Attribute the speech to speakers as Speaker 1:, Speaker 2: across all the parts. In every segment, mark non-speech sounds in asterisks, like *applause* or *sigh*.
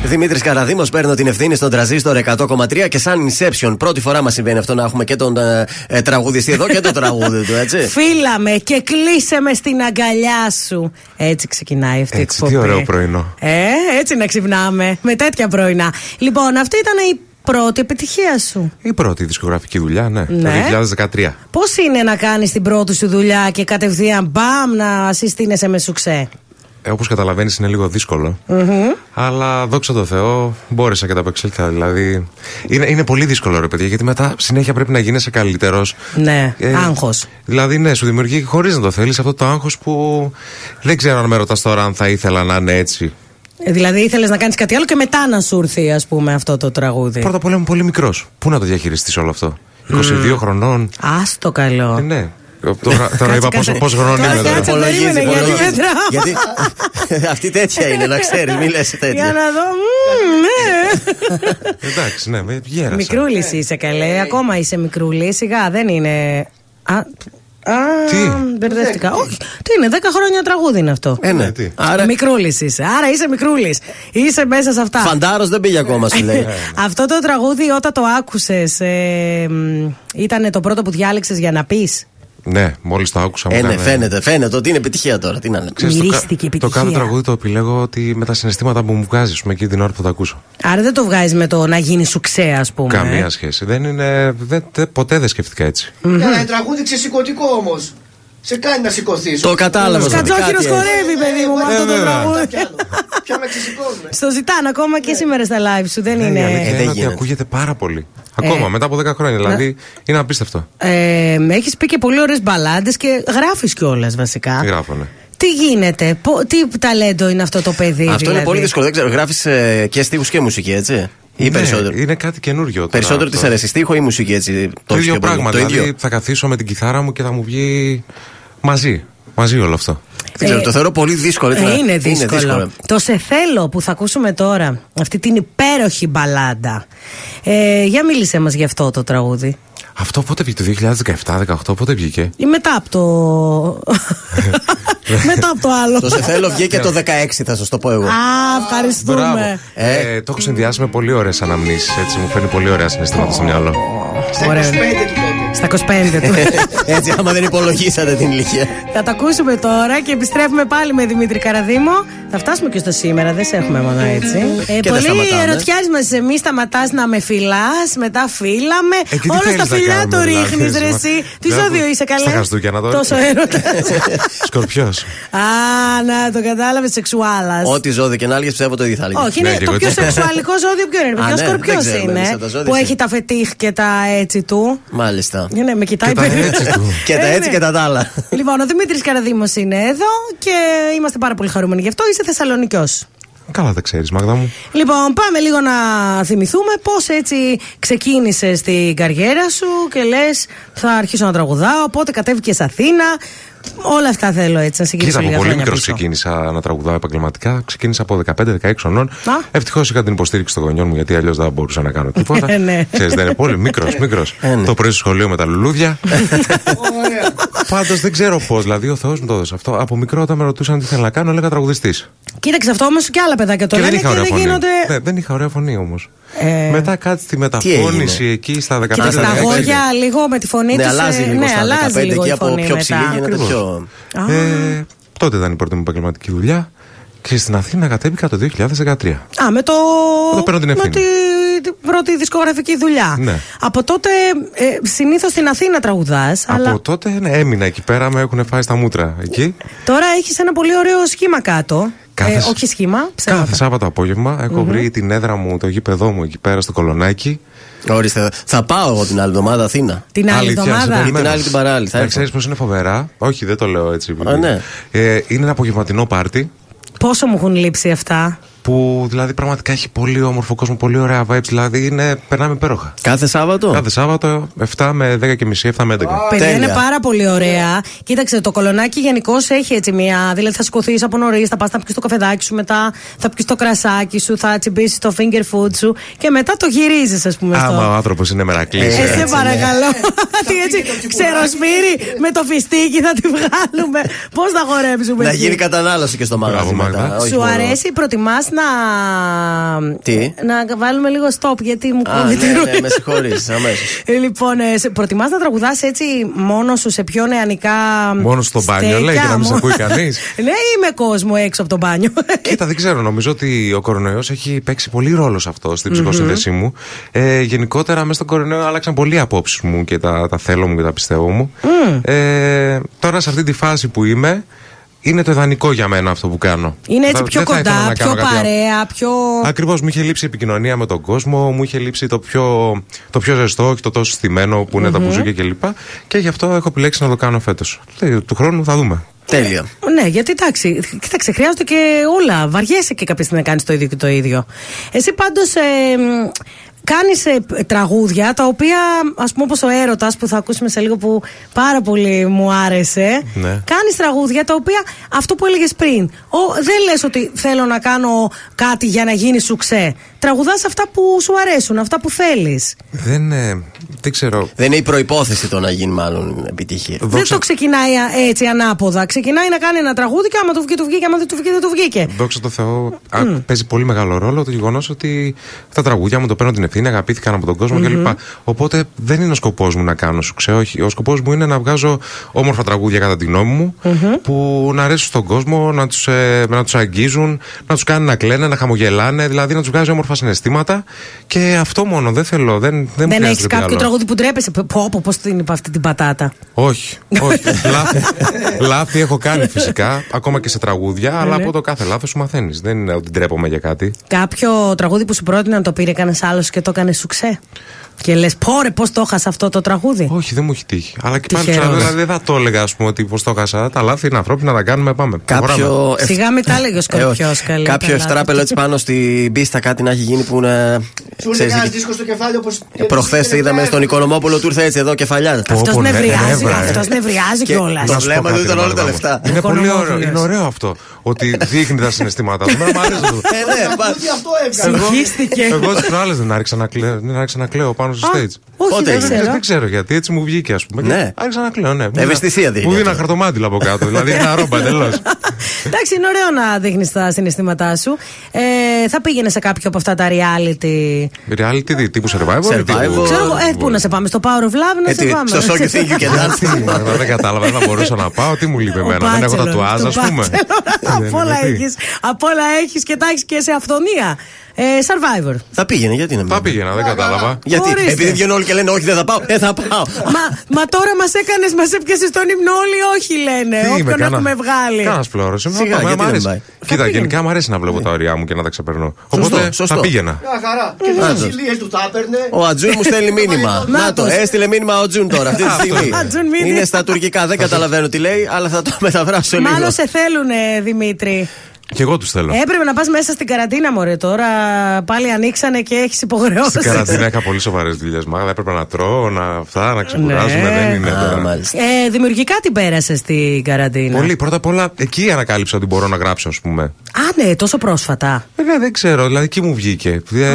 Speaker 1: Δημήτρη Καραδήμο, παίρνω την ευθύνη στον τραζίστορ 100,3 και σαν Inception. Πρώτη φορά μας συμβαίνει αυτό να έχουμε και τον ε, ε, τραγουδιστή εδώ και
Speaker 2: *laughs*
Speaker 1: το τραγούδι του, έτσι.
Speaker 2: Φίλαμε και κλείσε με στην αγκαλιά σου. Έτσι ξεκινάει αυτή η
Speaker 3: Έτσι, τι
Speaker 2: εκπομπή.
Speaker 3: ωραίο πρωινό.
Speaker 2: Ε, έτσι να ξυπνάμε. Με τέτοια πρωινά. Λοιπόν, αυτή ήταν η πρώτη επιτυχία σου.
Speaker 3: Η πρώτη δισκογραφική δουλειά, ναι.
Speaker 2: Ναι.
Speaker 3: Το 2013.
Speaker 2: Πώς είναι να κάνεις την πρώτη σου δουλειά και κατευθείαν μπαμ να συστήνεσαι με σουξέ.
Speaker 3: Ε, Όπως καταλαβαίνεις, είναι λίγο δύσκολο. Αλλά δόξα τω Θεώ, μπόρεσα και τα απεξέλθα. Δηλαδή, είναι, είναι πολύ δύσκολο, ρε παιδιά, γιατί μετά συνέχεια πρέπει να γίνεσαι καλύτερος.
Speaker 2: Ναι, άγχος.
Speaker 3: Δηλαδή, ναι, σου δημιουργεί χωρίς να το θέλεις αυτό το άγχος που δεν ξέρω αν με ρωτάς τώρα αν θα ήθελα να είναι έτσι.
Speaker 2: Ε, Δηλαδή ήθελες να κάνεις κάτι άλλο και μετά να σου έρθει, ας πούμε, αυτό το τραγούδι.
Speaker 3: Πρώτα απ' όλα ήμουν πολύ μικρός. Πού να το διαχειριστείς όλο αυτό. 22 χρονών.
Speaker 2: Άστο καλό.
Speaker 3: Ε, ναι. Τώρα, τώρα είπα πόσο, πόσο χρονών
Speaker 2: Κάτσε,
Speaker 3: είμαι τώρα.
Speaker 2: κάτσε, περίμενε, γιατί
Speaker 1: υπολογίζει.
Speaker 2: δεν τρώω.
Speaker 1: Γιατί *laughs* αυτή τέτοια είναι, να ξέρει, μην λε
Speaker 2: Για
Speaker 1: τέτοια.
Speaker 2: να δω. μμμ,
Speaker 1: *laughs*
Speaker 2: ναι.
Speaker 3: Εντάξει, ναι, με γέρασα.
Speaker 2: Μικρούλης
Speaker 3: Ναι.
Speaker 2: είσαι
Speaker 3: Ε.
Speaker 2: καλέ. Ακόμα είσαι μικρούλη. Σιγά δεν είναι. Α, α,
Speaker 3: Τι?
Speaker 2: μπερδεύτηκα. Όχι. Τι είναι, 10 χρόνια τραγούδι είναι αυτό.
Speaker 1: Ε, ναι.
Speaker 3: Ε, τι.
Speaker 1: Άρα
Speaker 2: Μικρούλης είσαι. Άρα είσαι μικρούλης. Είσαι μέσα σε αυτά. Ε,
Speaker 1: φαντάρος δεν πήγε ακόμα, σου
Speaker 3: Ε,
Speaker 1: λέει. Ε,
Speaker 3: Ναι.
Speaker 1: ναι,
Speaker 2: Αυτό το τραγούδι όταν το άκουσες, ε, ήταν το πρώτο που διάλεξες για να πεις.
Speaker 3: Ναι, μόλις το άκουσα. μου
Speaker 1: Ε, ναι,
Speaker 3: έκανε-
Speaker 1: φαίνεται, φαίνεται ότι είναι επιτυχία τώρα. Τι να λέμε.
Speaker 3: Ξέρεις,
Speaker 2: Μυρίστηκε
Speaker 3: το, κα-
Speaker 2: επιτυχία.
Speaker 3: το κάθε τραγούδι το επιλέγω ότι με τα συναισθήματα που μου βγάζεις, ας πούμε, εκείνη την ώρα που το ακούσω.
Speaker 2: Άρα δεν το βγάζεις με το να γίνεις σου ξέ, ας πούμε.
Speaker 3: Καμία
Speaker 2: ε.
Speaker 3: σχέση. Δεν είναι. δεν- τε- ποτέ δεν σκεφτήκα έτσι.
Speaker 4: Καλά, είναι τραγούδι ξεσηκωτικό όμως. Σε κάνει να σηκωθείς.
Speaker 1: Το Ε, κατάλαβα. ότι
Speaker 2: Σκατζόχυρο
Speaker 1: κάτι έχει.
Speaker 2: χορεύει, παιδί μου, με αυτό το τραγούδι.
Speaker 4: Πια με ξεσηκώνουμε.
Speaker 2: Στο ζητάνε ακόμα και σήμερα στα live σου, δεν
Speaker 3: Ναι. Η αλήθεια
Speaker 2: είναι.
Speaker 1: Ε, δεν
Speaker 3: είναι ότι
Speaker 1: γίνεται.
Speaker 3: ακούγεται πάρα πολύ. Ακόμα μετά από 10 χρόνια. Δηλαδή είναι απίστευτο.
Speaker 2: Ε, έχεις πει και πολύ ωραίες μπαλάντες και γράφεις κιόλας βασικά.
Speaker 3: Τι γράφω, ναι.
Speaker 2: Τι γίνεται, πο- τι ταλέντο είναι αυτό το παιδί,
Speaker 1: Αυτό
Speaker 2: δηλαδή.
Speaker 1: είναι πολύ δύσκολο. Δεν ξέρω, γράφεις και στίχους και μουσική, έτσι. Ή
Speaker 3: Ναι,
Speaker 1: περισσότερο.
Speaker 3: Είναι κάτι καινούριο. τώρα
Speaker 1: Περισσότερο
Speaker 3: αυτό.
Speaker 1: της αρέσει στίχο ή μουσική, έτσι.
Speaker 3: Το
Speaker 1: έχεις
Speaker 3: ίδιο
Speaker 1: και πολύ.
Speaker 3: πράγμα.
Speaker 1: Το
Speaker 3: Δηλαδή
Speaker 1: ίδιο.
Speaker 3: θα καθίσω με την κιθάρα μου και θα μου βγει μαζί. Μαζί όλο αυτό.
Speaker 1: Δεν ξέρω, το θεωρώ πολύ δύσκολο.
Speaker 2: Ε, είναι, δύσκολο. *laughs* Το σε θέλω που θα ακούσουμε τώρα, αυτή την υπέροχη μπαλάντα. Ε, για μίλησε μας γι' αυτό το τραγούδι.
Speaker 3: Αυτό πότε βγήκε, το 2017-18, πότε βγήκε.
Speaker 2: Ή μετά από το.
Speaker 1: *laughs*
Speaker 2: μετά από το άλλο.
Speaker 1: Το σε θέλω βγήκε το 16, θα σας το πω εγώ.
Speaker 2: Α, ευχαριστούμε.
Speaker 3: Ε, το έχω συνδυάσει με πολύ ωραίες αναμνήσεις έτσι μου φέρνει πολύ ωραία συναισθήματα στο μυαλό.
Speaker 4: Στα δηλαδή. 25
Speaker 2: Ωραία.
Speaker 4: του τότε.
Speaker 2: Στα 25 του.
Speaker 1: Ε, *laughs* έτσι, άμα δεν υπολογίσατε την ηλικία.
Speaker 2: Θα τα ακούσουμε τώρα και επιστρέφουμε πάλι με Δημήτρη Καραδήμο. Θα φτάσουμε και στο σήμερα, δεν σε έχουμε μόνο έτσι. Ε,
Speaker 1: Και δεν
Speaker 2: πολλοί
Speaker 1: σταματάμε.
Speaker 2: ερωτιάζει μας, εμεί σταματάς να με φυλάς, μετά φύλαμε.
Speaker 3: Ε, και τι
Speaker 2: Όλα
Speaker 3: θέλεις
Speaker 2: στα
Speaker 3: να
Speaker 2: φιλιά
Speaker 3: κάνουμε,
Speaker 2: το
Speaker 3: δηλαδή,
Speaker 2: ρίχνει,
Speaker 3: έτσι, μα.
Speaker 2: εσύ. Τι
Speaker 3: Δεν
Speaker 2: ζώδιο
Speaker 3: άκου-
Speaker 2: είσαι, καλέ.
Speaker 3: στα Χριστούγεννα τώρα.
Speaker 2: Τόσο
Speaker 3: *laughs*
Speaker 2: έρωτας.
Speaker 3: Σκορπιός.
Speaker 2: Α, να το κατάλαβε σεξουάλας.
Speaker 1: Ό,τι ζώδιο και να έλεγε ψεύδω τι θα έλεγε.
Speaker 2: Όχι,
Speaker 3: Ναι,
Speaker 2: είναι
Speaker 3: και
Speaker 2: το
Speaker 3: εγώ
Speaker 2: πιο
Speaker 3: έτσι.
Speaker 2: σεξουαλικό ζώδιο ποιο είναι.
Speaker 1: Α,
Speaker 2: Ποιο
Speaker 1: ναι, δεν
Speaker 2: σκορπιό
Speaker 1: ξέρουμε, εμείς
Speaker 2: είναι.
Speaker 1: από τα ζώδια
Speaker 2: Που
Speaker 1: εσύ.
Speaker 2: έχει τα φετίχ και τα έτσι του.
Speaker 1: Μάλιστα.
Speaker 2: Για ναι, με κοιτάει
Speaker 3: Και τα
Speaker 2: περίεργα.
Speaker 3: έτσι του.
Speaker 1: Και τα
Speaker 2: Ε,
Speaker 1: έτσι
Speaker 2: ναι.
Speaker 1: και τα τ' άλλα.
Speaker 2: *laughs* Λοιπόν, ο Δημήτρης Καραδήμο είναι εδώ και είμαστε πάρα πολύ χαρούμενοι γι' αυτό. Είσαι Θεσσαλονικιός.
Speaker 3: Καλά τα ξέρεις, Μάγδα μου.
Speaker 2: Λοιπόν, πάμε λίγο να θυμηθούμε πώς έτσι ξεκίνησε την καριέρα σου και λες: Θα αρχίσω να τραγουδάω. Πότε κατέβηκες Αθήνα. Όλα αυτά θέλω έτσι να συγκρίσω
Speaker 3: Κοίτα, από
Speaker 2: λίγα
Speaker 3: πολύ
Speaker 2: χρόνια
Speaker 3: μικρός
Speaker 2: πίσω.
Speaker 3: ξεκίνησα να τραγουδάω επαγγελματικά. Ξεκίνησα από 15-16 χρονών.
Speaker 2: Α.
Speaker 3: Ευτυχώς είχα την υποστήριξη των γονιών μου γιατί αλλιώς δεν μπορούσα να κάνω τίποτα.
Speaker 2: Ε, ναι.
Speaker 3: Ξέρεις, δεν είναι πολύ μικρός, μικρό.
Speaker 1: Ε, ναι.
Speaker 3: Το πρωί στο σχολείο με τα λουλούδια.
Speaker 2: Ε, ναι.
Speaker 1: *laughs*
Speaker 4: Ωραία.
Speaker 3: Πάντως δεν ξέρω πώς. Δηλαδή ο Θεός μου το έδωσε αυτό. Από μικρό όταν με ρωτούσαν τι θέλω να κάνω, έλεγα τραγουδιστής.
Speaker 2: Κοίταξε αυτό όμως και άλλα παιδάκια το
Speaker 3: Και δεν
Speaker 2: λένε
Speaker 3: είχα
Speaker 2: και
Speaker 3: ωραία
Speaker 2: δεν
Speaker 3: φωνή.
Speaker 2: γίνονται.
Speaker 3: Ναι, δεν είχα ωραία φωνή όμως.
Speaker 2: Ε.
Speaker 3: Μετά κάτι στη μεταφώνηση εκεί στα 15
Speaker 2: Κοίταξε τα
Speaker 3: 16.
Speaker 2: αγόρια λίγο με τη φωνή
Speaker 1: Ναι,
Speaker 2: τους, ε,
Speaker 1: αλλάζει λίγο
Speaker 2: ναι,
Speaker 1: στα
Speaker 2: αλλάζει
Speaker 1: 15
Speaker 2: λίγο
Speaker 1: εκεί
Speaker 2: η
Speaker 1: από
Speaker 2: φωνή
Speaker 1: πιο ψηλή
Speaker 2: μετά.
Speaker 1: γίνεται
Speaker 3: Ακριβώς.
Speaker 1: πιο.
Speaker 3: Ε, τότε ήταν η πρώτη μου επαγγελματική δουλειά και στην Αθήνα κατέβηκα το 2013.
Speaker 2: Α, με το.
Speaker 3: Εδώ παίρνω την
Speaker 2: με
Speaker 3: ευθύνη.
Speaker 2: τη, την πρώτη δισκογραφική δουλειά.
Speaker 3: Ναι.
Speaker 2: Από τότε ε, συνήθως στην Αθήνα τραγουδάς, αλλά
Speaker 3: Από τότε ναι, έμεινα εκεί πέρα, με έχουν φάει στα μούτρα εκεί.
Speaker 2: τώρα έχεις ένα πολύ ωραίο σχήμα κάτω.
Speaker 3: Κάθε-
Speaker 2: Ε, όχι σχήμα, ψέματα.
Speaker 3: Κάθε Σάββατο απόγευμα έχω βρει την έδρα μου, το γήπεδό μου εκεί πέρα στο Κολονάκι.
Speaker 1: Ορίστε, θα πάω εγώ την άλλη εβδομάδα Αθήνα.
Speaker 2: Την άλλη
Speaker 3: Αλήθεια, σε
Speaker 2: εβδομάδα.
Speaker 3: περιμένω.
Speaker 1: Ή την άλλη την παράλληλη, θα
Speaker 3: Ε,
Speaker 1: έρθω.
Speaker 3: Ξέρεις πως είναι φοβερά. Όχι, δεν το λέω έτσι.
Speaker 1: Α, ναι.
Speaker 3: ε, είναι ένα απογευματινό πάρτι
Speaker 2: Πόσο μου έχουν λείψει αυτά.
Speaker 3: που δηλαδή πραγματικά έχει πολύ όμορφο κόσμο, πολύ ωραία vibes. Δηλαδή είναι, περνάμε υπέροχα.
Speaker 1: Κάθε Σάββατο.
Speaker 3: Κάθε Σάββατο 7 με 10 και μισή, 7 με 11.
Speaker 2: Παιδιά
Speaker 1: Τέλεια.
Speaker 2: είναι πάρα πολύ ωραία. Κοίταξε, το κολονάκι γενικώ έχει έτσι μια. Δηλαδή θα σηκωθείς από νωρίς, θα πας να πιεις το καφεδάκι σου, μετά θα πιεις το κρασάκι σου, θα τσιμπήσεις το finger food σου και μετά το γυρίζεις, ας πούμε. στο...
Speaker 3: Άμα ο άνθρωπος είναι μερακλής.
Speaker 2: Ε, σε
Speaker 1: ναι.
Speaker 2: παρακαλώ. *laughs* Τι έτσι,
Speaker 4: το τσιπουράκι.
Speaker 2: ξεροσμύρι με το φιστίκι θα τη βγάλουμε. Πώς θα χορέψουμε.
Speaker 1: Να
Speaker 2: εκεί.
Speaker 1: γίνει κατανάλωση και στο μαγαζί
Speaker 3: Μπράβο, Μάγδα.
Speaker 1: μετά. όχι
Speaker 2: Σου
Speaker 1: μόνο-
Speaker 2: αρέσει, προτιμάς να.
Speaker 1: Τι?
Speaker 2: Να βάλουμε λίγο stop γιατί μου
Speaker 1: Α,
Speaker 2: κόβει τη
Speaker 1: ναι, ναι,
Speaker 2: ροή.
Speaker 1: με συγχωρείς, αμέσως.
Speaker 2: Λοιπόν, ε, σε- προτιμάς να τραγουδάς έτσι μόνο σου σε πιο νεανικά.
Speaker 3: Μόνος στο μπάνιο,
Speaker 2: στέκια,
Speaker 3: λέει, για να μην σε
Speaker 2: μόνο-
Speaker 3: ακούει κανείς.
Speaker 2: *laughs* ναι, ή με κόσμο έξω από το μπάνιο.
Speaker 3: Κοίτα, δεν ξέρω. Νομίζω ότι ο κορονοϊός έχει παίξει πολύ ρόλο σε αυτό στην ψυχοσύνδεσή μου. Ε, γενικότερα, μέσα στον κορονοϊό άλλαξαν πολλοί απόψεις μου και τα, τα θέλω μου και τα πιστεύω μου. Ε, τώρα, σε αυτή τη φάση που είμαι, είναι το ιδανικό για μένα αυτό που κάνω.
Speaker 2: Είναι έτσι
Speaker 3: Θα-
Speaker 2: πιο
Speaker 3: δεν θα ήθελα
Speaker 2: κοντά,
Speaker 3: να
Speaker 2: πιο
Speaker 3: κάνω κάτι άλλο.
Speaker 2: παρέα, πιο.
Speaker 3: Ακριβώς, μου είχε λείψει η επικοινωνία με τον κόσμο, μου είχε λείψει το πιο, το πιο ζεστό και το τόσο στημένο που ειναι τα μπουζούκια κλπ. Και γι' αυτό έχω επιλέξει να το κάνω φέτος. Του χρόνου θα δούμε.
Speaker 1: Τέλεια.
Speaker 2: Ναι, γιατί εντάξει, κοίταξε, χρειάζονται και όλα. Βαριέσαι και κάποια στιγμή να κάνεις το ίδιο και το ίδιο. Εσύ πάντως. Ε, Κάνει τραγούδια τα οποία, ας πούμε, όπως ο έρωτας που θα ακούσουμε σε λίγο που πάρα πολύ μου άρεσε.
Speaker 3: Ναι.
Speaker 2: Κάνεις τραγούδια τα οποία αυτό που έλεγες πριν. Ο, δεν λες ότι θέλω να κάνω κάτι για να γίνει σουξέ. Τραγουδάς αυτά που σου αρέσουν, αυτά που θέλεις.
Speaker 3: Δεν, ε, δεν ξέρω.
Speaker 1: Δεν είναι η προπόθεση το να γίνει, μάλλον επιτυχία.
Speaker 2: Δεν το ξεκινάει α, έτσι ανάποδα. Ξεκινάει να κάνει ένα τραγούδι και άμα του βγει, του βγήκε. Άμα δεν του βγει, δεν του βγήκε.
Speaker 3: Δόξα τω Θεώ, α, παίζει πολύ μεγάλο ρόλο το γεγονός ότι τα τραγούδια μου το παίρνω την ευθύνη, αγαπήθηκαν από τον κόσμο κλπ. Οπότε δεν είναι ο σκοπός μου να κάνω σου ξέρω, όχι. Ο σκοπός μου είναι να βγάζω όμορφα τραγούδια κατά τη γνώμη μου που να αρέσουν στον κόσμο, να τους να τους αγγίζουν, να τους κάνουν να κλαίνε, να χαμογελάνε, δηλαδή να τους βγάζει όμορφα συναισθήματα. Και αυτό μόνο δεν θέλω. Δεν, δεν, μου
Speaker 2: Δεν
Speaker 3: χρειάζεται
Speaker 2: έχεις
Speaker 3: τίποτα
Speaker 2: κάποιο
Speaker 3: άλλο.
Speaker 2: τραγούδι που ντρέπεσαι. Πω, πω, πώ την είπα αυτή την πατάτα.
Speaker 3: Όχι,
Speaker 2: *laughs*
Speaker 3: όχι. λάθη, λάθη έχω κάνει φυσικά, ακόμα και σε τραγούδια, αλλά
Speaker 2: ναι.
Speaker 3: από το κάθε λάθος σου μαθαίνεις. Δεν είναι ότι ντρέπομαι για κάτι.
Speaker 2: Κάποιο τραγούδι που σου πρότειναν το πήρε κανένας άλλος και το έκανε σουξέ. Και λες, πόρε, πώς το έχασα αυτό το τραγούδι.
Speaker 3: Όχι, δεν μου έχει τύχει. Αλλά και πάλι
Speaker 2: Τυχερός.
Speaker 3: ξανά, δηλαδή, δεν θα το έλεγα, ας πούμε, ότι πώς το έχασα. Τα λάθη είναι ανθρώπινα, τα κάνουμε, πάμε. Προχωράμε.
Speaker 1: Κάποιο.
Speaker 2: Σιγά μην τα λέγει ο
Speaker 1: Ε, όχι.
Speaker 2: Σκορπιός.
Speaker 1: Κάποιο ευτράπελο έτσι πάνω στην πίστα κάτι να έχει γίνει που να.
Speaker 4: Σου λέει
Speaker 1: ξέρεις,
Speaker 4: κανένα
Speaker 1: εκεί-
Speaker 4: δίσκο στο κεφάλι όπως.
Speaker 1: Ε, Προχθές είδαμε στον Οικονομόπουλο του ήρθε έτσι εδώ κεφαλιά.
Speaker 2: Αυτός
Speaker 3: Όπου, ναι,
Speaker 2: νευριάζει,
Speaker 3: νεύρα, ε.
Speaker 2: αυτός νευριάζει
Speaker 1: Και-
Speaker 2: κιόλας.
Speaker 1: Το
Speaker 3: Να σου πω
Speaker 1: βλέμμα
Speaker 3: κάτι,
Speaker 1: του ήταν
Speaker 3: ρε,
Speaker 1: όλα τα
Speaker 3: Μαρδάμα.
Speaker 1: λεφτά.
Speaker 3: Είναι πολύ
Speaker 2: Οικονομόπουλος.
Speaker 3: ωραίο. Είναι ωραίο αυτό. Ότι δείχνει τα συναισθήματα του. Εμένα μου αρέσει
Speaker 1: *laughs*
Speaker 3: αυτό.
Speaker 1: Ε, ναι, πα-
Speaker 4: Ότι αυτό έβγαλε.
Speaker 2: Συγχύστηκε.
Speaker 3: Εγώ τι προάλλε δεν άρχισα να κλαίω- δεν άρχισα να κλαίω πάνω στο stage. Ε,
Speaker 2: Όχι,
Speaker 1: Πότε
Speaker 2: δεν
Speaker 1: έγινε?
Speaker 3: Δεν-
Speaker 2: ξέρω.
Speaker 3: Δεν ξέρω γιατί, έτσι μου βγήκε, ας πούμε.
Speaker 1: Ναι.
Speaker 3: Και Άρχισα να κλαίω, ναι. Μου δίνα-
Speaker 1: Ευαισθησία δείχνει
Speaker 3: Μου δίνα
Speaker 1: αυτό.
Speaker 3: χαρτομάτιλα από κάτω. Δηλαδή ένα ρόμπα εντελώ.
Speaker 2: Εντάξει, είναι ωραίο να δείχνεις τα συναισθήματά σου. Ε, θα πήγαινε σε κάποιο από αυτά τα reality.
Speaker 3: Reality τι, τύπου survivor. ή τύπου-
Speaker 1: Survivor.
Speaker 2: Ξέρω εγώ, ε, πού να σε πάμε, στο Power of Love να
Speaker 1: Ε,
Speaker 2: σε
Speaker 1: τι,
Speaker 2: πάμε.
Speaker 1: Στο Show You Think
Speaker 2: *laughs*
Speaker 1: You Can Dance.
Speaker 3: Τι, μα, Δεν κατάλαβα, δεν θα μπορούσα να πάω. Τι μου λείπει εμένα. Δεν έχω τατουάζ, ας πούμε. *laughs* Δεν
Speaker 2: Απ'
Speaker 3: είναι,
Speaker 2: όλα
Speaker 3: τι.
Speaker 2: έχεις Απ' όλα έχεις και τα έχεις και σε αυθονία. Ε, survivor.
Speaker 1: Θα πήγαινε, γιατί να μην.
Speaker 3: Θα πήγαινα, δεν κατάλαβα.
Speaker 1: Γιατί,
Speaker 2: Ορίστε.
Speaker 1: επειδή βγαίνουν όλοι και λένε Όχι, δεν θα πάω. Ε, θα πάω.
Speaker 2: μα, μα τώρα μας έκανες μας έπιασες τον ύμνο όλοι όχι λένε. Ε, Όποιον έχουμε βγάλει.
Speaker 3: Κάνα φλόρο.
Speaker 1: Σιγά, γιατί δεν πάει.
Speaker 2: Θα
Speaker 3: Κοίτα,
Speaker 2: πήγαινε.
Speaker 3: γενικά μου αρέσει να βλέπω τα ωριά μου και να τα ξεπερνώ. Οπότε
Speaker 1: σωστό.
Speaker 3: θα πήγαινα.
Speaker 4: Μια χαρά. Και τι
Speaker 1: Άντως.
Speaker 4: βασιλείε του τα έπαιρνε.
Speaker 1: Ο Ατζούν μου στέλνει μήνυμα.
Speaker 2: Νάτος.
Speaker 1: Να το, έστειλε μήνυμα ο Ατζούν τώρα αυτή τη στιγμή.
Speaker 2: Ατζούν μήνυμα.
Speaker 1: Είναι στα τουρκικά, δεν καταλαβαίνω τι λέει, αλλά θα το *laughs* μεταφράσω λίγο.
Speaker 2: Μάλλον σε θέλουν, ε, Δημήτρη.
Speaker 3: Και εγώ τους θέλω.
Speaker 2: Έπρεπε να πας μέσα στην καραντίνα, μωρέ. Τώρα πάλι ανοίξανε και έχεις
Speaker 3: Στην
Speaker 2: υποχρεώσει.
Speaker 3: καραντίνα είχα πολύ σοβαρές δουλειές. Μα έπρεπε να τρώω, να αυτά, να ξεκουράζομαι.
Speaker 2: Ναι.
Speaker 3: Δεν είναι
Speaker 1: Α,
Speaker 3: τώρα.
Speaker 1: μάλιστα. Ναι.
Speaker 2: Ε, δημιουργικά την πέρασε στην καραντίνα.
Speaker 3: Πολύ, πρώτα απ' όλα εκεί ανακάλυψα ότι μπορώ να γράψω, ας πούμε.
Speaker 2: Α, ναι, τόσο πρόσφατα.
Speaker 3: Ε, ναι, δεν ξέρω, δηλαδή εκεί μου βγήκε. Ε,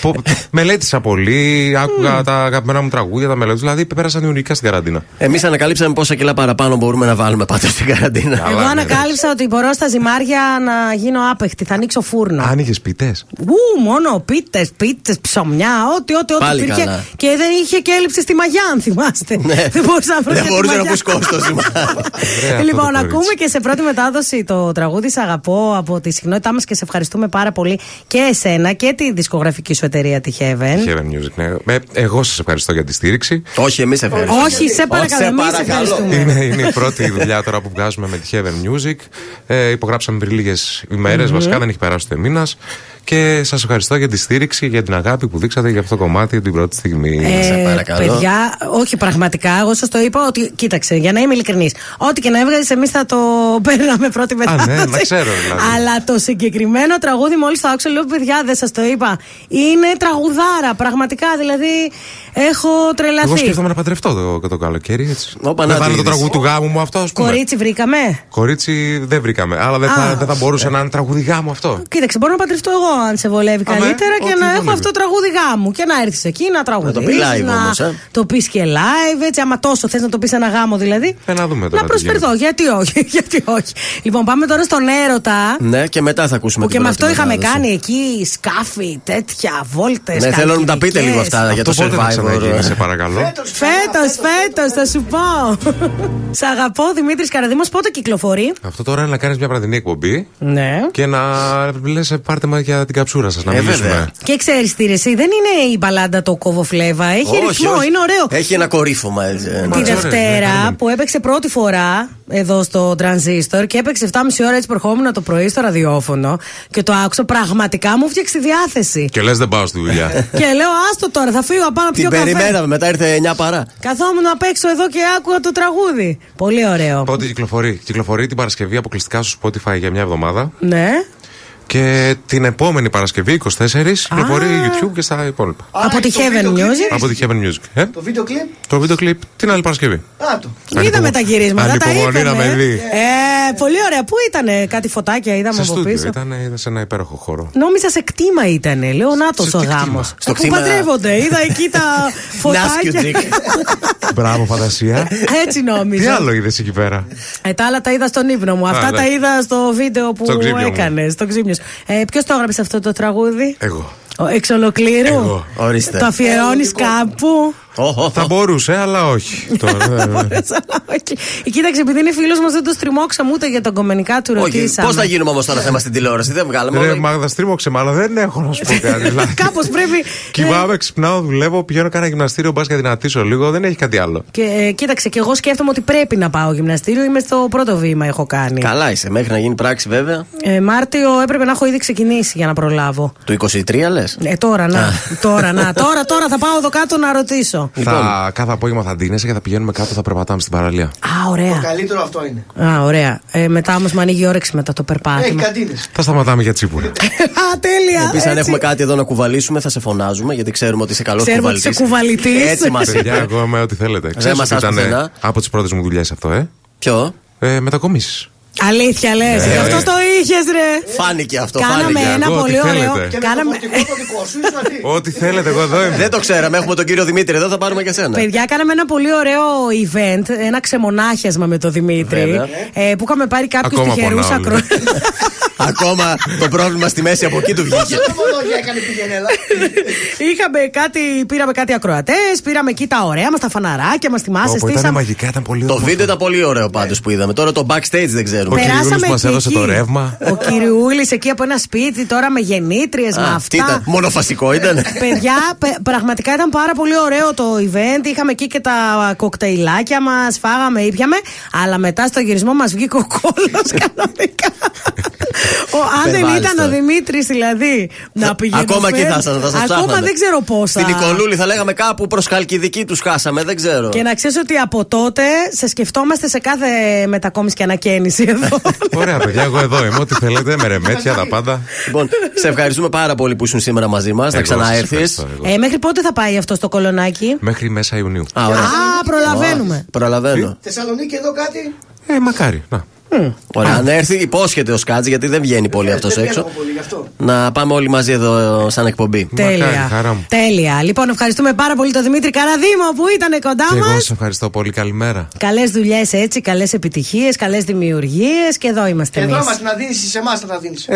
Speaker 3: πο- μελέτησα πολύ, άκουγα τα αγαπημένα μου τραγούδια, τα μελέτησα. Δηλαδή πέρασαν δημιουργικά στην καραντίνα.
Speaker 1: Εμείς ανακαλύψαμε πόσα κιλά παραπάνω μπορούμε να βάλουμε πάντω στην καραντίνα.
Speaker 3: Καλά,
Speaker 2: Εγώ
Speaker 3: ναι,
Speaker 2: ανακάλυψα ότι μπορώ στα ζυμάρια να γίνω άπεχτη. Θα ανοίξω φούρνο.
Speaker 3: Άνοιγες πιτέ.
Speaker 2: Ου, μόνο πίτες, πίτες, ψωμιά, ό,τι, ό,τι, ό,τι
Speaker 1: Πάλι
Speaker 2: υπήρχε.
Speaker 1: καλά.
Speaker 2: Και δεν είχε και έλλειψη στη μαγιά, αν θυμάστε.
Speaker 1: Ναι.
Speaker 2: *laughs* Δεν μπορούσε να βρει.
Speaker 1: Δεν
Speaker 2: τη
Speaker 1: μπορούσε να
Speaker 2: μαγιά.
Speaker 1: πεις
Speaker 2: *laughs*
Speaker 1: κόστος, μα.
Speaker 3: Ωραία αυτό
Speaker 2: λοιπόν,
Speaker 3: το
Speaker 2: ακούμε
Speaker 3: κορίτσι.
Speaker 2: και σε πρώτη μετάδοση το τραγούδι Σ' αγαπώ από τη συχνότητά μας και σε ευχαριστούμε πάρα πολύ και εσένα και τη δισκογραφική σου εταιρεία τη Heaven.
Speaker 3: Heaven Music, ναι. Ε, εγώ σας ευχαριστώ για τη στήριξη.
Speaker 1: Όχι, εμείς ευχαριστούμε.
Speaker 2: Όχι, σε παρακαλώ, εμείς
Speaker 1: Ναι.
Speaker 2: ευχαριστούμε.
Speaker 3: Είναι, είναι η πρώτη δουλειά τώρα που βγάζουμε με τη Heaven Music. Ε, υπογράψαμε πριν λίγε βασικά δεν έχει περάσει ούτε μήνας. Και σας ευχαριστώ για τη στήριξη, για την αγάπη που δείξατε για αυτό το κομμάτι την πρώτη στιγμή.
Speaker 2: Ε,
Speaker 1: σε παρακαλώ.
Speaker 2: Παιδιά, όχι πραγματικά. Εγώ σας το είπα ότι. Κοίταξε, για να είμαι ειλικρινής. Ό,τι και να έβγαζες, εμείς θα το *laughs* παίρναμε πρώτη μετάδοση.
Speaker 3: ναι, να ξέρω, δηλαδή.
Speaker 2: Αλλά το συγκεκριμένο τραγούδι, μόλις το άκουσα, λέω παιδιά, δεν σας το είπα. Είναι τραγουδάρα, πραγματικά. Δηλαδή, Έχω τρελαθεί.
Speaker 3: Εγώ σκέφτομαι να παντρευτώ το, το καλοκαίρι. Έτσι.
Speaker 1: Ο
Speaker 3: δεν θα είναι το
Speaker 1: Πανατίδης.
Speaker 3: τραγούδι του γάμου μου αυτό, ας πούμε.
Speaker 2: Κορίτσι βρήκαμε.
Speaker 3: Κορίτσι δεν βρήκαμε. Αλλά δεν
Speaker 2: Α.
Speaker 3: θα, δεν θα μπορούσε να είναι τραγούδι γάμου αυτό.
Speaker 2: Κοίταξε, μπορώ να παντρευτώ εγώ αν σε βολεύει
Speaker 3: Αμέ,
Speaker 2: καλύτερα και
Speaker 3: ό,τι
Speaker 2: να έχω
Speaker 3: βολεύει.
Speaker 2: αυτό το τραγούδι γάμου. Και να έρθεις εκεί να τραγουδίσει.
Speaker 1: πει live όμως, ε.
Speaker 2: το πεις και live, έτσι. Άμα τόσο θες να το πεις ένα γάμο δηλαδή.
Speaker 3: Ε, να δούμε τώρα τι
Speaker 2: προσφερθώ, γιατί όχι, *laughs* γιατί όχι. Λοιπόν, πάμε τώρα στον έρωτα.
Speaker 1: Ναι, και μετά θα ακούσουμε
Speaker 2: Που και
Speaker 1: την
Speaker 2: με
Speaker 1: πρώτη
Speaker 2: αυτό είχαμε
Speaker 1: μετάδοση.
Speaker 2: κάνει εκεί σκάφη, τέτοια, βόλτες.
Speaker 1: Ναι, θέλω να μου τα πείτε λίγο αυτά για το
Speaker 3: Αυτό πότε θα ξαναγίνει, σε
Speaker 1: survivor.
Speaker 3: παρακαλώ.
Speaker 4: Φέτος, ξανά,
Speaker 2: Φέτος,
Speaker 4: φέτος,
Speaker 2: φέτο, θα σου πω. *laughs* Σ' αγαπώ, Δημήτρης Καραδήμο, πότε κυκλοφορεί.
Speaker 3: Αυτό τώρα είναι να κάνεις μια βραδινή εκπομπή
Speaker 2: Ναι.
Speaker 3: και να λες πάρτε μα για την καψούρα σας να
Speaker 1: Ε, βέβαια.
Speaker 3: μιλήσουμε.
Speaker 2: Και ξέρεις τι, ρε, εσύ, δεν είναι η μπαλάντα το κόβο φλέβα. Έχει
Speaker 1: Όχι,
Speaker 2: ρυθμό,
Speaker 1: όχι.
Speaker 2: είναι ωραίο.
Speaker 1: Έχει ένα κορύφωμα. έτσι, ε,
Speaker 2: Τη
Speaker 1: ναι.
Speaker 3: ωραίο, Ε, ναι,
Speaker 2: Δευτέρα
Speaker 3: καλή.
Speaker 2: που έπαιξε πρώτη φορά εδώ στο Τρανζίστορ και έπαιξε 7,5 ώρα έτσι προχώμουν το πρωί στο ραδιόφωνο και το άκουσα. Πραγματικά μου φτιάξει τη διάθεση.
Speaker 3: Και λες δεν πάω στη
Speaker 1: Ε.
Speaker 3: δουλειά.
Speaker 2: και λέω, άστο τώρα, θα φύγω απάνω πιο
Speaker 1: Την
Speaker 2: καφέ.
Speaker 1: περιμέναμε, μετά ήρθε 9 παρά.
Speaker 2: Καθόμουν απ' έξω εδώ και άκουγα το τραγούδι. Πολύ ωραίο.
Speaker 3: Πότε κυκλοφορεί. Κυκλοφορεί την Παρασκευή αποκλειστικά στο Spotify για μια εβδομάδα.
Speaker 2: Ναι.
Speaker 3: Και την επόμενη Παρασκευή, 24, κυκλοφορεί YouTube και στα υπόλοιπα.
Speaker 4: Α,
Speaker 2: Από τη
Speaker 4: το
Speaker 2: Heaven
Speaker 4: βίντεο κλιπ
Speaker 2: Music.
Speaker 4: είναι-
Speaker 3: Από τη Heaven Music. Ε?
Speaker 4: Το βίντεο κλιπ,
Speaker 3: Το βίντεο κλιπ την άλλη Παρασκευή.
Speaker 4: να το.
Speaker 2: Είδαμε
Speaker 3: Ανυπομονή-
Speaker 2: τα γυρίσματα. Τα
Speaker 3: ανυπομονή
Speaker 2: είδαμε.
Speaker 3: να με δει.
Speaker 2: Ε, πολύ ωραία. Πού ήτανε, κάτι φωτάκια είδαμε
Speaker 3: Σε
Speaker 2: από
Speaker 3: στούντιο.
Speaker 2: πίσω.
Speaker 3: Ήταν, ήταν σε ένα υπέροχο χώρο.
Speaker 2: Νόμιζα σε κτήμα ήταν. Λέω να το
Speaker 3: Σε
Speaker 2: ο
Speaker 3: τι
Speaker 2: γάμο.
Speaker 3: κτήμα?
Speaker 1: Στο
Speaker 2: Που
Speaker 1: κτήμα-
Speaker 2: παντρεύονται. Είδα εκεί
Speaker 3: *laughs*
Speaker 2: τα φωτάκια.
Speaker 1: Νάσκιουτζικ.
Speaker 3: Μπράβο, φαντασία.
Speaker 2: *laughs* Έτσι
Speaker 3: Τι
Speaker 2: νόμιζα.
Speaker 3: άλλο είδες εκεί πέρα.
Speaker 2: Ε, τα άλλα τα είδα στον ύπνο μου. Αυτά
Speaker 3: ναι.
Speaker 2: τα είδα στο βίντεο που
Speaker 3: Στο ξύπνιο μου.
Speaker 2: έκανες. Στο ξύπνιο. σου. Ε, Ποιος το έγραψε αυτό το τραγούδι,
Speaker 3: Εγώ.
Speaker 2: Ο- Εξ ολοκλήρου.
Speaker 3: Εγώ.
Speaker 1: Ορίστε.
Speaker 2: Το αφιερώνεις κάπου.
Speaker 1: Ω, ω, ω.
Speaker 3: Θα μπορούσε, αλλά
Speaker 2: *laughs*
Speaker 3: όχι. ε, Το-
Speaker 2: Ε, Κοίταξε, επειδή είναι φίλος μας, δεν το στριμώξαμε ούτε για τα κομμενικά του
Speaker 1: Όχι,
Speaker 2: ρωτήσαμε.
Speaker 1: πώς θα γίνουμε όμως τώρα θέμα στην τηλεόραση, δεν βγάλαμε.
Speaker 3: Ρε
Speaker 1: όλα-
Speaker 3: Μάγδα, στρίμωξε με, αλλά δεν έχω να σου πω
Speaker 2: *laughs*
Speaker 3: κάτι. Δηλαδή,
Speaker 2: Κάπως πρέπει. ε.
Speaker 3: Κοιμάμαι, ξυπνάω, δουλεύω, πηγαίνω κάνα γυμναστήριο, μπας και δυνατήσω λίγο, δεν έχει κάτι άλλο.
Speaker 2: Και, ε, κοίταξε, και εγώ σκέφτομαι ότι πρέπει να πάω γυμναστήριο. Είμαι στο πρώτο βήμα, έχω κάνει.
Speaker 1: Καλά είσαι, μέχρι να γίνει πράξη βέβαια.
Speaker 2: Ε, Μάρτιο έπρεπε να έχω ήδη ξεκινήσει για να προλάβω.
Speaker 1: Του 23 λες.
Speaker 2: Ε, τώρα να.
Speaker 1: Α.
Speaker 2: τώρα να. Τώρα, τώρα θα πάω εδώ κάτω να ρωτήσω.
Speaker 1: Λοιπόν.
Speaker 3: Θα, κάθε απόγευμα θα ντύνεσαι και θα πηγαίνουμε κάτω, θα περπατάμε στην παραλία.
Speaker 2: Α,
Speaker 4: Το
Speaker 2: ωραία.
Speaker 4: καλύτερο αυτό είναι.
Speaker 2: Α, ωραία. Ε, μετά όμως μου ανοίγει η όρεξη μετά το
Speaker 4: Έχει
Speaker 2: περπάτημα.
Speaker 4: καντίνες.
Speaker 3: Θα σταματάμε για
Speaker 2: *laughs*
Speaker 3: τσίπουρα.
Speaker 2: Α, τέλεια.
Speaker 1: Επίσης, αν
Speaker 2: έτσι.
Speaker 1: έχουμε κάτι εδώ να κουβαλήσουμε, θα σε φωνάζουμε γιατί ξέρουμε ότι είσαι καλός
Speaker 2: Ξέρουμε ότι
Speaker 1: κουβαλητή.
Speaker 2: είσαι κουβαλητής.
Speaker 1: Έτσι μας
Speaker 3: Παιδιά,
Speaker 1: είπε.
Speaker 3: εγώ είμαι ό,τι θέλετε. Ξέρεις
Speaker 1: μας
Speaker 3: ότι
Speaker 1: άσε
Speaker 3: ήταν, ε,
Speaker 1: πουθενά.
Speaker 3: από τις πρώτες μου δουλειές αυτό, ε.
Speaker 1: Ποιο?
Speaker 3: ε μετακομίσεις.
Speaker 2: Αλήθεια λες.
Speaker 1: Ναι.
Speaker 2: Γι' αυτό το είχες, ρε.
Speaker 1: Φάνηκε αυτό,
Speaker 2: Κάναμε
Speaker 1: φάνηκε.
Speaker 2: ένα
Speaker 3: εγώ,
Speaker 2: πολύ
Speaker 3: τι
Speaker 2: ωραίο.
Speaker 3: θέλετε.
Speaker 4: Και με το
Speaker 2: Κάναμε.
Speaker 4: φορτικό το δικό
Speaker 1: *laughs*
Speaker 4: σου ήσουν αυτή.
Speaker 3: Ό,τι θέλετε, εγώ εδώ είμαι.
Speaker 1: Δεν το ξέραμε, έχουμε τον κύριο Δημήτρη εδώ, θα πάρουμε και σένα.
Speaker 2: Παιδιά, κάναμε ένα πολύ ωραίο event, ένα ξεμονάχιασμα με τον Δημήτρη.
Speaker 1: Βέβαια.
Speaker 2: ε, που είχαμε πάρει κάποιους
Speaker 3: Ακόμα
Speaker 2: τυχερούς
Speaker 3: πονάω, λέει.
Speaker 2: ακροατέ.
Speaker 1: Ακόμα το πρόβλημα στη μέση από εκεί του βγήκε.
Speaker 4: Πόσα λογομολόγια έκανε η Πηγενέλα.
Speaker 2: *laughs*
Speaker 1: *laughs*
Speaker 2: Είχαμε κάτι, πήραμε κάτι ακροατές, πήραμε εκεί τα ωραία μας, τα φαναράκια μας, θυμάσαι,
Speaker 3: Όπου ήταν
Speaker 2: στήσαμε.
Speaker 3: μαγικά, ήταν πολύ
Speaker 1: Το
Speaker 3: όμορφο.
Speaker 1: βίντεο ήταν πολύ ωραίο πάντως που είδαμε. Τώρα το backstage δεν
Speaker 3: Ο
Speaker 1: ξέρουμε.
Speaker 2: Περάσαμε
Speaker 3: Κυριούλης που μας
Speaker 2: και
Speaker 3: έδωσε
Speaker 2: εκεί.
Speaker 3: το ρεύμα.
Speaker 2: Ο Κυριούλης εκεί από ένα σπίτι τώρα με γεννήτριες, με
Speaker 1: Α, τι ήταν,
Speaker 2: αυτά.
Speaker 1: μονοφασικό ήταν.
Speaker 2: Παιδιά, πε- πραγματικά ήταν πάρα πολύ ωραίο το event. Είχαμε εκεί και τα κοκτέιλάκια μας, φάγαμε, ήπιαμε. Αλλά μετά στο γυρισμό μας βγήκε ο κόλλο
Speaker 1: *laughs*
Speaker 2: κανονικά. ο, αν δεν
Speaker 1: Υπερβάλλεις
Speaker 2: ήταν
Speaker 1: τώρα.
Speaker 2: ο Δημήτρης, δηλαδή, να πηγαίνει.
Speaker 1: Ναι, Ακόμα
Speaker 2: φέρνει.
Speaker 1: κοιτάσατε, θα σα ψάχναμε.
Speaker 2: Ακόμα δεν ξέρω πώ θα.
Speaker 1: Στην Νικολούλη θα λέγαμε κάπου προς Χαλκιδική τους χάσαμε, δεν ξέρω.
Speaker 2: Και να ξέρεις ότι από τότε σε σκεφτόμαστε σε κάθε μετακόμιση και ανακαίνιση
Speaker 1: *laughs*
Speaker 2: εδώ.
Speaker 3: Ωραία, παιδιά, εγώ εδώ είμαι. Ό,τι θέλετε, με ρεμέτια, τα πάντα.
Speaker 1: Λοιπόν, σε ευχαριστούμε πάρα πολύ που ήσουν σήμερα μαζί μας. Θα
Speaker 3: Εγώ σας
Speaker 1: ξαναέρθεις.
Speaker 3: ευχαριστώ, εγώ.
Speaker 2: ε, μέχρι πότε θα πάει αυτό στο κολονάκι.
Speaker 3: Μέχρι μέσα Ιουνίου.
Speaker 1: Α, ωραία.
Speaker 2: Α, προλαβαίνουμε.
Speaker 1: Προλαβαίνω.
Speaker 4: Θεσσαλονίκη εδώ κάτι.
Speaker 3: Ε, μακάρι. Να.
Speaker 1: Ωραία, αν έρθει, υπόσχεται ο Σκάτζ γιατί δεν βγαίνει πολύ
Speaker 4: Ε,
Speaker 1: αυτός
Speaker 4: δεν
Speaker 1: έξω.
Speaker 4: βγαίνω πολύ γι' αυτό.
Speaker 1: Να πάμε όλοι μαζί εδώ σαν εκπομπή.
Speaker 3: Μακάρι,
Speaker 2: Τέλεια.
Speaker 3: χαρά μου.
Speaker 2: Τέλεια. Λοιπόν, ευχαριστούμε πάρα πολύ τον Δημήτρη Καραδήμο που ήταν κοντά
Speaker 3: Και
Speaker 2: μα.
Speaker 3: εγώ σα ευχαριστώ πολύ. Καλημέρα.
Speaker 2: Καλές δουλειές έτσι, καλές επιτυχίες, καλές δημιουργίες και εδώ είμαστε
Speaker 4: Εδώ
Speaker 2: εμείς.
Speaker 4: μας να δίνεις, σε εμάς θα τα δίνεις.